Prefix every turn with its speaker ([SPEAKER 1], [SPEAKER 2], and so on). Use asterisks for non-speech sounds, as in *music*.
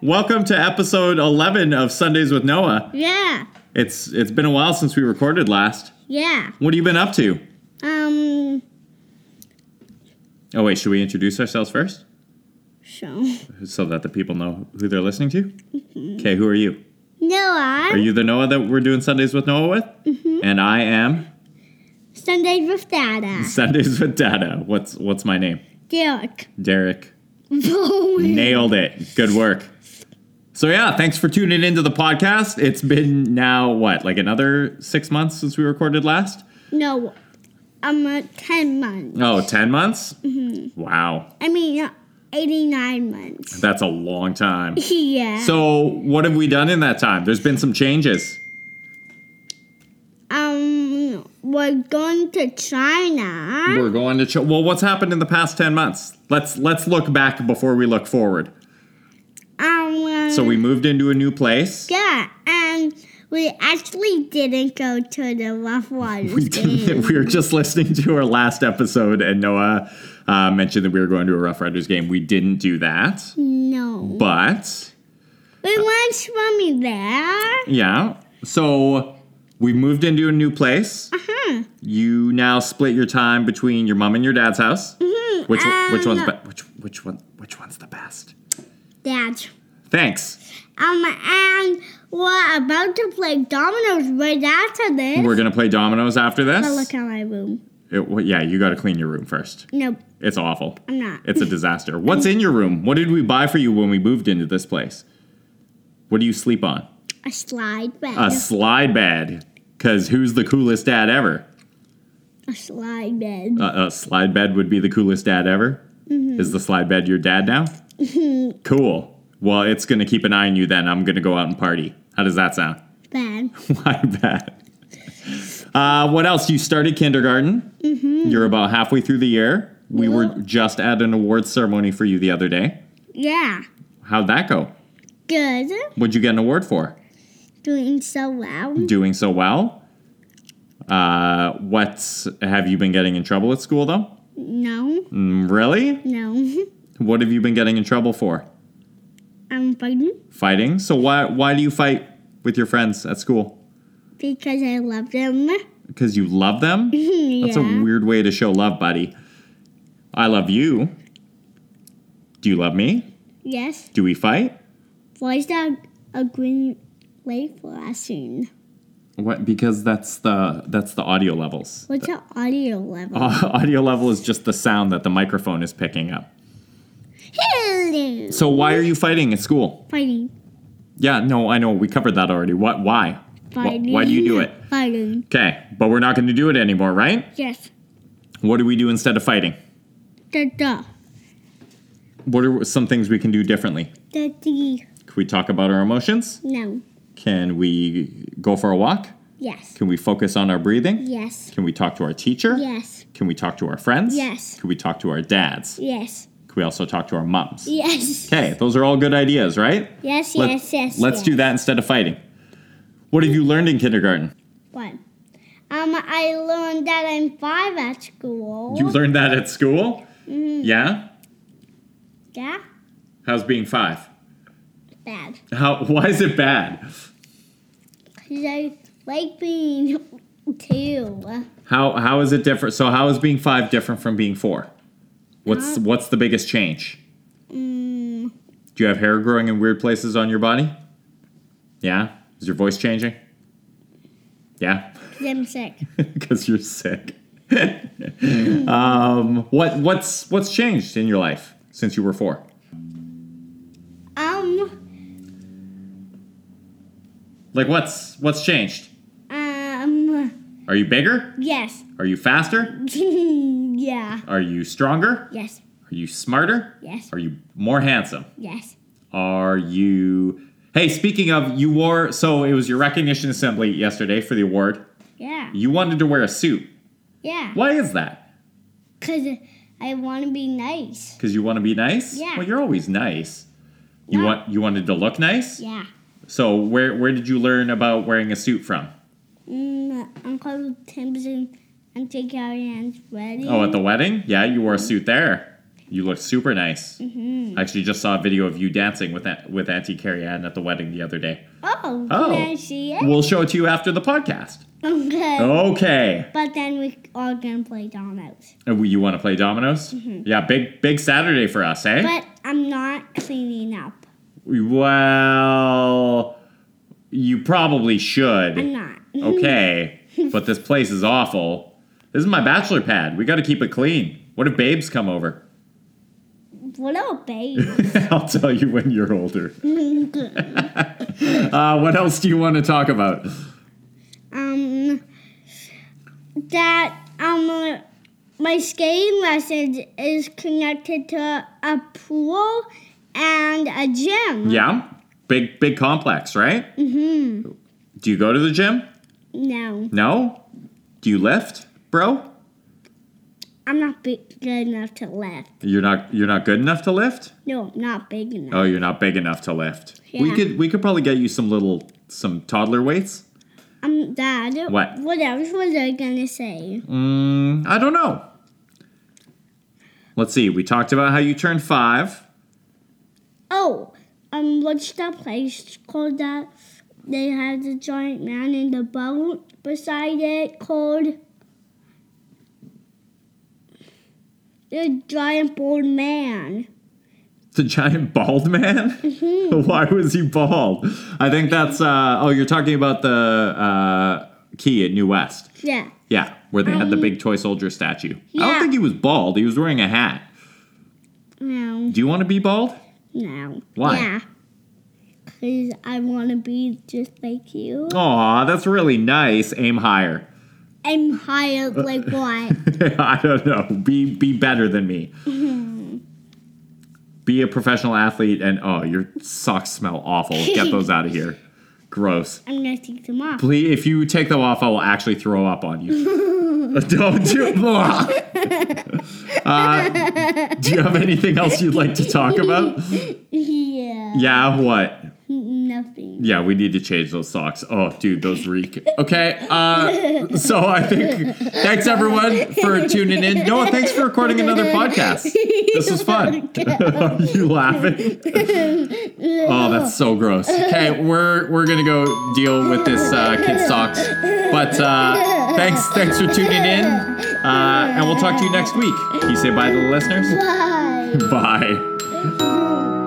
[SPEAKER 1] Welcome to episode 11 of Sundays with Noah.
[SPEAKER 2] Yeah.
[SPEAKER 1] It's it's been a while since we recorded last.
[SPEAKER 2] Yeah.
[SPEAKER 1] What have you been up to?
[SPEAKER 2] Um.
[SPEAKER 1] Oh wait, should we introduce ourselves first
[SPEAKER 2] So.
[SPEAKER 1] so that the people know who they're listening to? Okay, who are you?
[SPEAKER 2] Noah.
[SPEAKER 1] Are you the Noah that we're doing Sundays with Noah with? And I am
[SPEAKER 2] Sundays with Dada.
[SPEAKER 1] Sundays with Dada. What's what's my name?
[SPEAKER 2] Derek.
[SPEAKER 1] Derek.
[SPEAKER 2] Bowen.
[SPEAKER 1] Nailed it. Good work. So yeah, thanks for tuning into the podcast. It's been now what, like another 6 months since we recorded last?
[SPEAKER 2] No. I'm a 10 months.
[SPEAKER 1] Oh, 10 months? Wow.
[SPEAKER 2] I mean, uh, 89 months.
[SPEAKER 1] That's a long time.
[SPEAKER 2] Yeah.
[SPEAKER 1] So, what have we done in that time? There's been some changes.
[SPEAKER 2] um, we're going to China.
[SPEAKER 1] We're going to ch- well, what's happened in the past 10 months? Let's let's look back before we look forward.
[SPEAKER 2] Um.
[SPEAKER 1] So, we moved into a new place.
[SPEAKER 2] Yeah, and we actually didn't go to the Rough Riders
[SPEAKER 1] *laughs* We,
[SPEAKER 2] game.
[SPEAKER 1] didn't, *laughs* we were just listening to our last episode, and Noah uh, mentioned that we were going to a Rough Riders game. We didn't do that,
[SPEAKER 2] Mm. No.
[SPEAKER 1] but
[SPEAKER 2] We went swimming
[SPEAKER 1] *laughs*
[SPEAKER 2] there.
[SPEAKER 1] yeah. So, we moved into a new
[SPEAKER 2] Ah.
[SPEAKER 1] place.
[SPEAKER 2] Huh.
[SPEAKER 1] You now split your time between your mom and your dad's house. Which one- which one's
[SPEAKER 2] um,
[SPEAKER 1] be- which which one which one's the best?
[SPEAKER 2] Dad.
[SPEAKER 1] Thanks.
[SPEAKER 2] Um, and we're about to play dominoes right after this.
[SPEAKER 1] We're gonna play dominoes after
[SPEAKER 2] But
[SPEAKER 1] this.
[SPEAKER 2] look at my room.
[SPEAKER 1] It- well, yeah, you gotta clean your room first.
[SPEAKER 2] Nope,
[SPEAKER 1] It's awful.
[SPEAKER 2] *laughs* I'm not.
[SPEAKER 1] It's a disaster. What's in your room? What did we buy for you when we moved into this place? What do you sleep on?
[SPEAKER 2] a slide bed.
[SPEAKER 1] A slide bed. Cause who's the coolest dad ever?
[SPEAKER 2] A slide bed.
[SPEAKER 1] A, a slide bed would be the coolest dad ever.
[SPEAKER 2] Mm-hmm.
[SPEAKER 1] Is the slide bed your dad now? cool. Well, it's gonna keep an eye on you. Then I'm gonna go out and party. How does that sound?
[SPEAKER 2] bed.
[SPEAKER 1] *laughs* My bad. Uh, what else? You started kindergarten. You're about halfway through the year. We were just at an awards ceremony for you the other day.
[SPEAKER 2] Yeah.
[SPEAKER 1] How'd that go?
[SPEAKER 2] Good.
[SPEAKER 1] What'd you get an award for?
[SPEAKER 2] Doing so well.
[SPEAKER 1] Doing so well. Uh, what's have you been getting in trouble at school though?
[SPEAKER 2] No.
[SPEAKER 1] Mm, Really?
[SPEAKER 2] No.
[SPEAKER 1] What have you been getting in trouble for?
[SPEAKER 2] I'm fighting
[SPEAKER 1] Fighting. So why why do you fight with your friends at school?
[SPEAKER 2] because I love them. *laughs*
[SPEAKER 1] Because you love them.
[SPEAKER 2] yeah.
[SPEAKER 1] That's a weird way to show love, buddy. I love you. Do you love me?
[SPEAKER 2] Yes.
[SPEAKER 1] Do we fight?
[SPEAKER 2] Why is there a green light flashing?
[SPEAKER 1] What? Because that's the that's the audio levels. *laughs*
[SPEAKER 2] What's the audio level?
[SPEAKER 1] Au- Audio level is just the sound that the microphone is picking up.
[SPEAKER 2] Hello.
[SPEAKER 1] So why are you fighting at school?
[SPEAKER 2] Fighting.
[SPEAKER 1] Yeah, no, I know we covered that already. What? Why? Wh-
[SPEAKER 2] Fighting.
[SPEAKER 1] Why do you do it?
[SPEAKER 2] Fighting.
[SPEAKER 1] Okay, but we're not going to do it anymore, right?
[SPEAKER 2] Yes.
[SPEAKER 1] What do we do instead of fighting?
[SPEAKER 2] The the
[SPEAKER 1] What are some things we can do differently?
[SPEAKER 2] the the
[SPEAKER 1] Can we talk about our emotions?
[SPEAKER 2] no.
[SPEAKER 1] Can we go for a walk?
[SPEAKER 2] Yes.
[SPEAKER 1] Can we focus on our breathing?
[SPEAKER 2] Yes.
[SPEAKER 1] Can we talk to our teacher?
[SPEAKER 2] Yes.
[SPEAKER 1] Can we talk to our friends?
[SPEAKER 2] Yes.
[SPEAKER 1] Can we talk to our dads?
[SPEAKER 2] Yes.
[SPEAKER 1] Can we also talk to our moms?
[SPEAKER 2] Yes.
[SPEAKER 1] Okay, those are all good ideas, right?
[SPEAKER 2] Yes.
[SPEAKER 1] Let-
[SPEAKER 2] yes. Yes.
[SPEAKER 1] Let's do that instead of fighting. What have you learned in kindergarten?
[SPEAKER 2] What? Um, I learned that I'm five at school.
[SPEAKER 1] You learned that at school?
[SPEAKER 2] Mm.
[SPEAKER 1] Yeah?
[SPEAKER 2] yeah.
[SPEAKER 1] How's being five?
[SPEAKER 2] Bad.
[SPEAKER 1] How, *laughs* why is it bad?
[SPEAKER 2] 'Cause I like being two.
[SPEAKER 1] How, how is it different? So, how is being five different from being four? What's, what's the biggest change?
[SPEAKER 2] Mm,
[SPEAKER 1] Do you have hair growing in weird places on your body? Yeah? Is your voice changing? Yeah?
[SPEAKER 2] 'cause I'm sick.
[SPEAKER 1] *laughs* because you're sick. um, what what's what's changed in your life since you were four?
[SPEAKER 2] Um.
[SPEAKER 1] Like what's what's changed?
[SPEAKER 2] Um.
[SPEAKER 1] Are you bigger?
[SPEAKER 2] Yes. *laughs*
[SPEAKER 1] Are you faster?
[SPEAKER 2] yeah.
[SPEAKER 1] Are you stronger?
[SPEAKER 2] Yes.
[SPEAKER 1] Are you smarter?
[SPEAKER 2] Yes.
[SPEAKER 1] Are you more handsome?
[SPEAKER 2] Yes.
[SPEAKER 1] Are you? Hey, speaking of, you wore so it was your recognition assembly yesterday for the award.
[SPEAKER 2] Yeah.
[SPEAKER 1] You wanted to wear a suit.
[SPEAKER 2] Yeah.
[SPEAKER 1] Why is that?
[SPEAKER 2] Because I want to be nice.
[SPEAKER 1] Because you want to be nice.
[SPEAKER 2] Yeah.
[SPEAKER 1] Well, you're always nice. You
[SPEAKER 2] Yeah.
[SPEAKER 1] want you wanted to look nice.
[SPEAKER 2] Yeah.
[SPEAKER 1] So where where did you learn about wearing a suit from?
[SPEAKER 2] Mm, Uncle Tim's and Auntie Carrie Ann's wedding.
[SPEAKER 1] Oh, at the wedding? Yeah, you wore a suit there. You looked super nice. I actually just saw a video of you dancing with that with Auntie Carrie Ann at the wedding the other day.
[SPEAKER 2] Oh,
[SPEAKER 1] Oh.
[SPEAKER 2] can I see it?
[SPEAKER 1] We'll show it to you after the podcast.
[SPEAKER 2] Okay.
[SPEAKER 1] Okay.
[SPEAKER 2] But then we are gonna play dominoes.
[SPEAKER 1] And we- you want to play dominoes? Yeah, big big Saturday for us, eh?
[SPEAKER 2] But I'm not cleaning up.
[SPEAKER 1] well, you probably should.
[SPEAKER 2] I'm not. *laughs*
[SPEAKER 1] okay, but this place is awful. This is my bachelor pad. We got to keep it clean. What if babes come over?
[SPEAKER 2] What up, babe?
[SPEAKER 1] *laughs* I'll tell you when you're older.
[SPEAKER 2] um,
[SPEAKER 1] *laughs* Uh, what else do you want to talk about?
[SPEAKER 2] Um, that um, my skating lessons is connected to a pool and a gym.
[SPEAKER 1] Yeah, big big complex, right? Mm-hmm. Do you go to the gym?
[SPEAKER 2] No,
[SPEAKER 1] No. Do you lift, bro?
[SPEAKER 2] I'm not big good enough to lift.
[SPEAKER 1] You're not you're not good enough to lift.
[SPEAKER 2] No, I'm not big enough.
[SPEAKER 1] Oh, you're not big enough to lift. We
[SPEAKER 2] Yeah.
[SPEAKER 1] could we could probably get you some little some toddler weights.
[SPEAKER 2] Um, Dad.
[SPEAKER 1] What?
[SPEAKER 2] What else was I gonna say?
[SPEAKER 1] Mm, I don't know. Let's see. We talked about how you turned five.
[SPEAKER 2] Oh, um, what's the place called that? They had the giant man in the boat beside it called the giant bald man.
[SPEAKER 1] The giant bald man. *laughs* Why was he bald? I think that's. Uh, oh, you're talking about the uh, key at New West.
[SPEAKER 2] Yeah,
[SPEAKER 1] Yeah, where they had the big toy soldier statue. I don't
[SPEAKER 2] Yeah.
[SPEAKER 1] think he was bald. He was wearing a hat.
[SPEAKER 2] no,
[SPEAKER 1] Do you want to be bald?
[SPEAKER 2] no.
[SPEAKER 1] Why?
[SPEAKER 2] Yeah, because I want to be just like you.
[SPEAKER 1] Aw, that's really nice. Aim higher. *laughs*
[SPEAKER 2] I'm higher
[SPEAKER 1] Uh,
[SPEAKER 2] like what?
[SPEAKER 1] I don't know. Be be better than me. be a professional athlete and oh, your socks smell awful. Get those out of here. Gross.
[SPEAKER 2] I'm gonna take them
[SPEAKER 1] *laughs*
[SPEAKER 2] off.
[SPEAKER 1] Please, if you take them off, I will actually throw up on you. *laughs* don't do it. uh, do you have anything else you'd like to talk about?
[SPEAKER 2] Yeah. *laughs*
[SPEAKER 1] Yeah, what? *laughs*
[SPEAKER 2] Nothing.
[SPEAKER 1] Yeah, we need to change those socks. Oh, dude, those reek. Okay, uh, so I think thanks everyone for tuning in. Noah, thanks for recording another podcast. This was fun. Are *laughs* you laughing? Oh, that's so gross. Okay, we're we're gonna go deal with this uh, kid socks. But uh, thanks thanks for tuning in, uh, and we'll talk to you next week. Can you say bye to the listeners?
[SPEAKER 2] Bye.
[SPEAKER 1] Bye.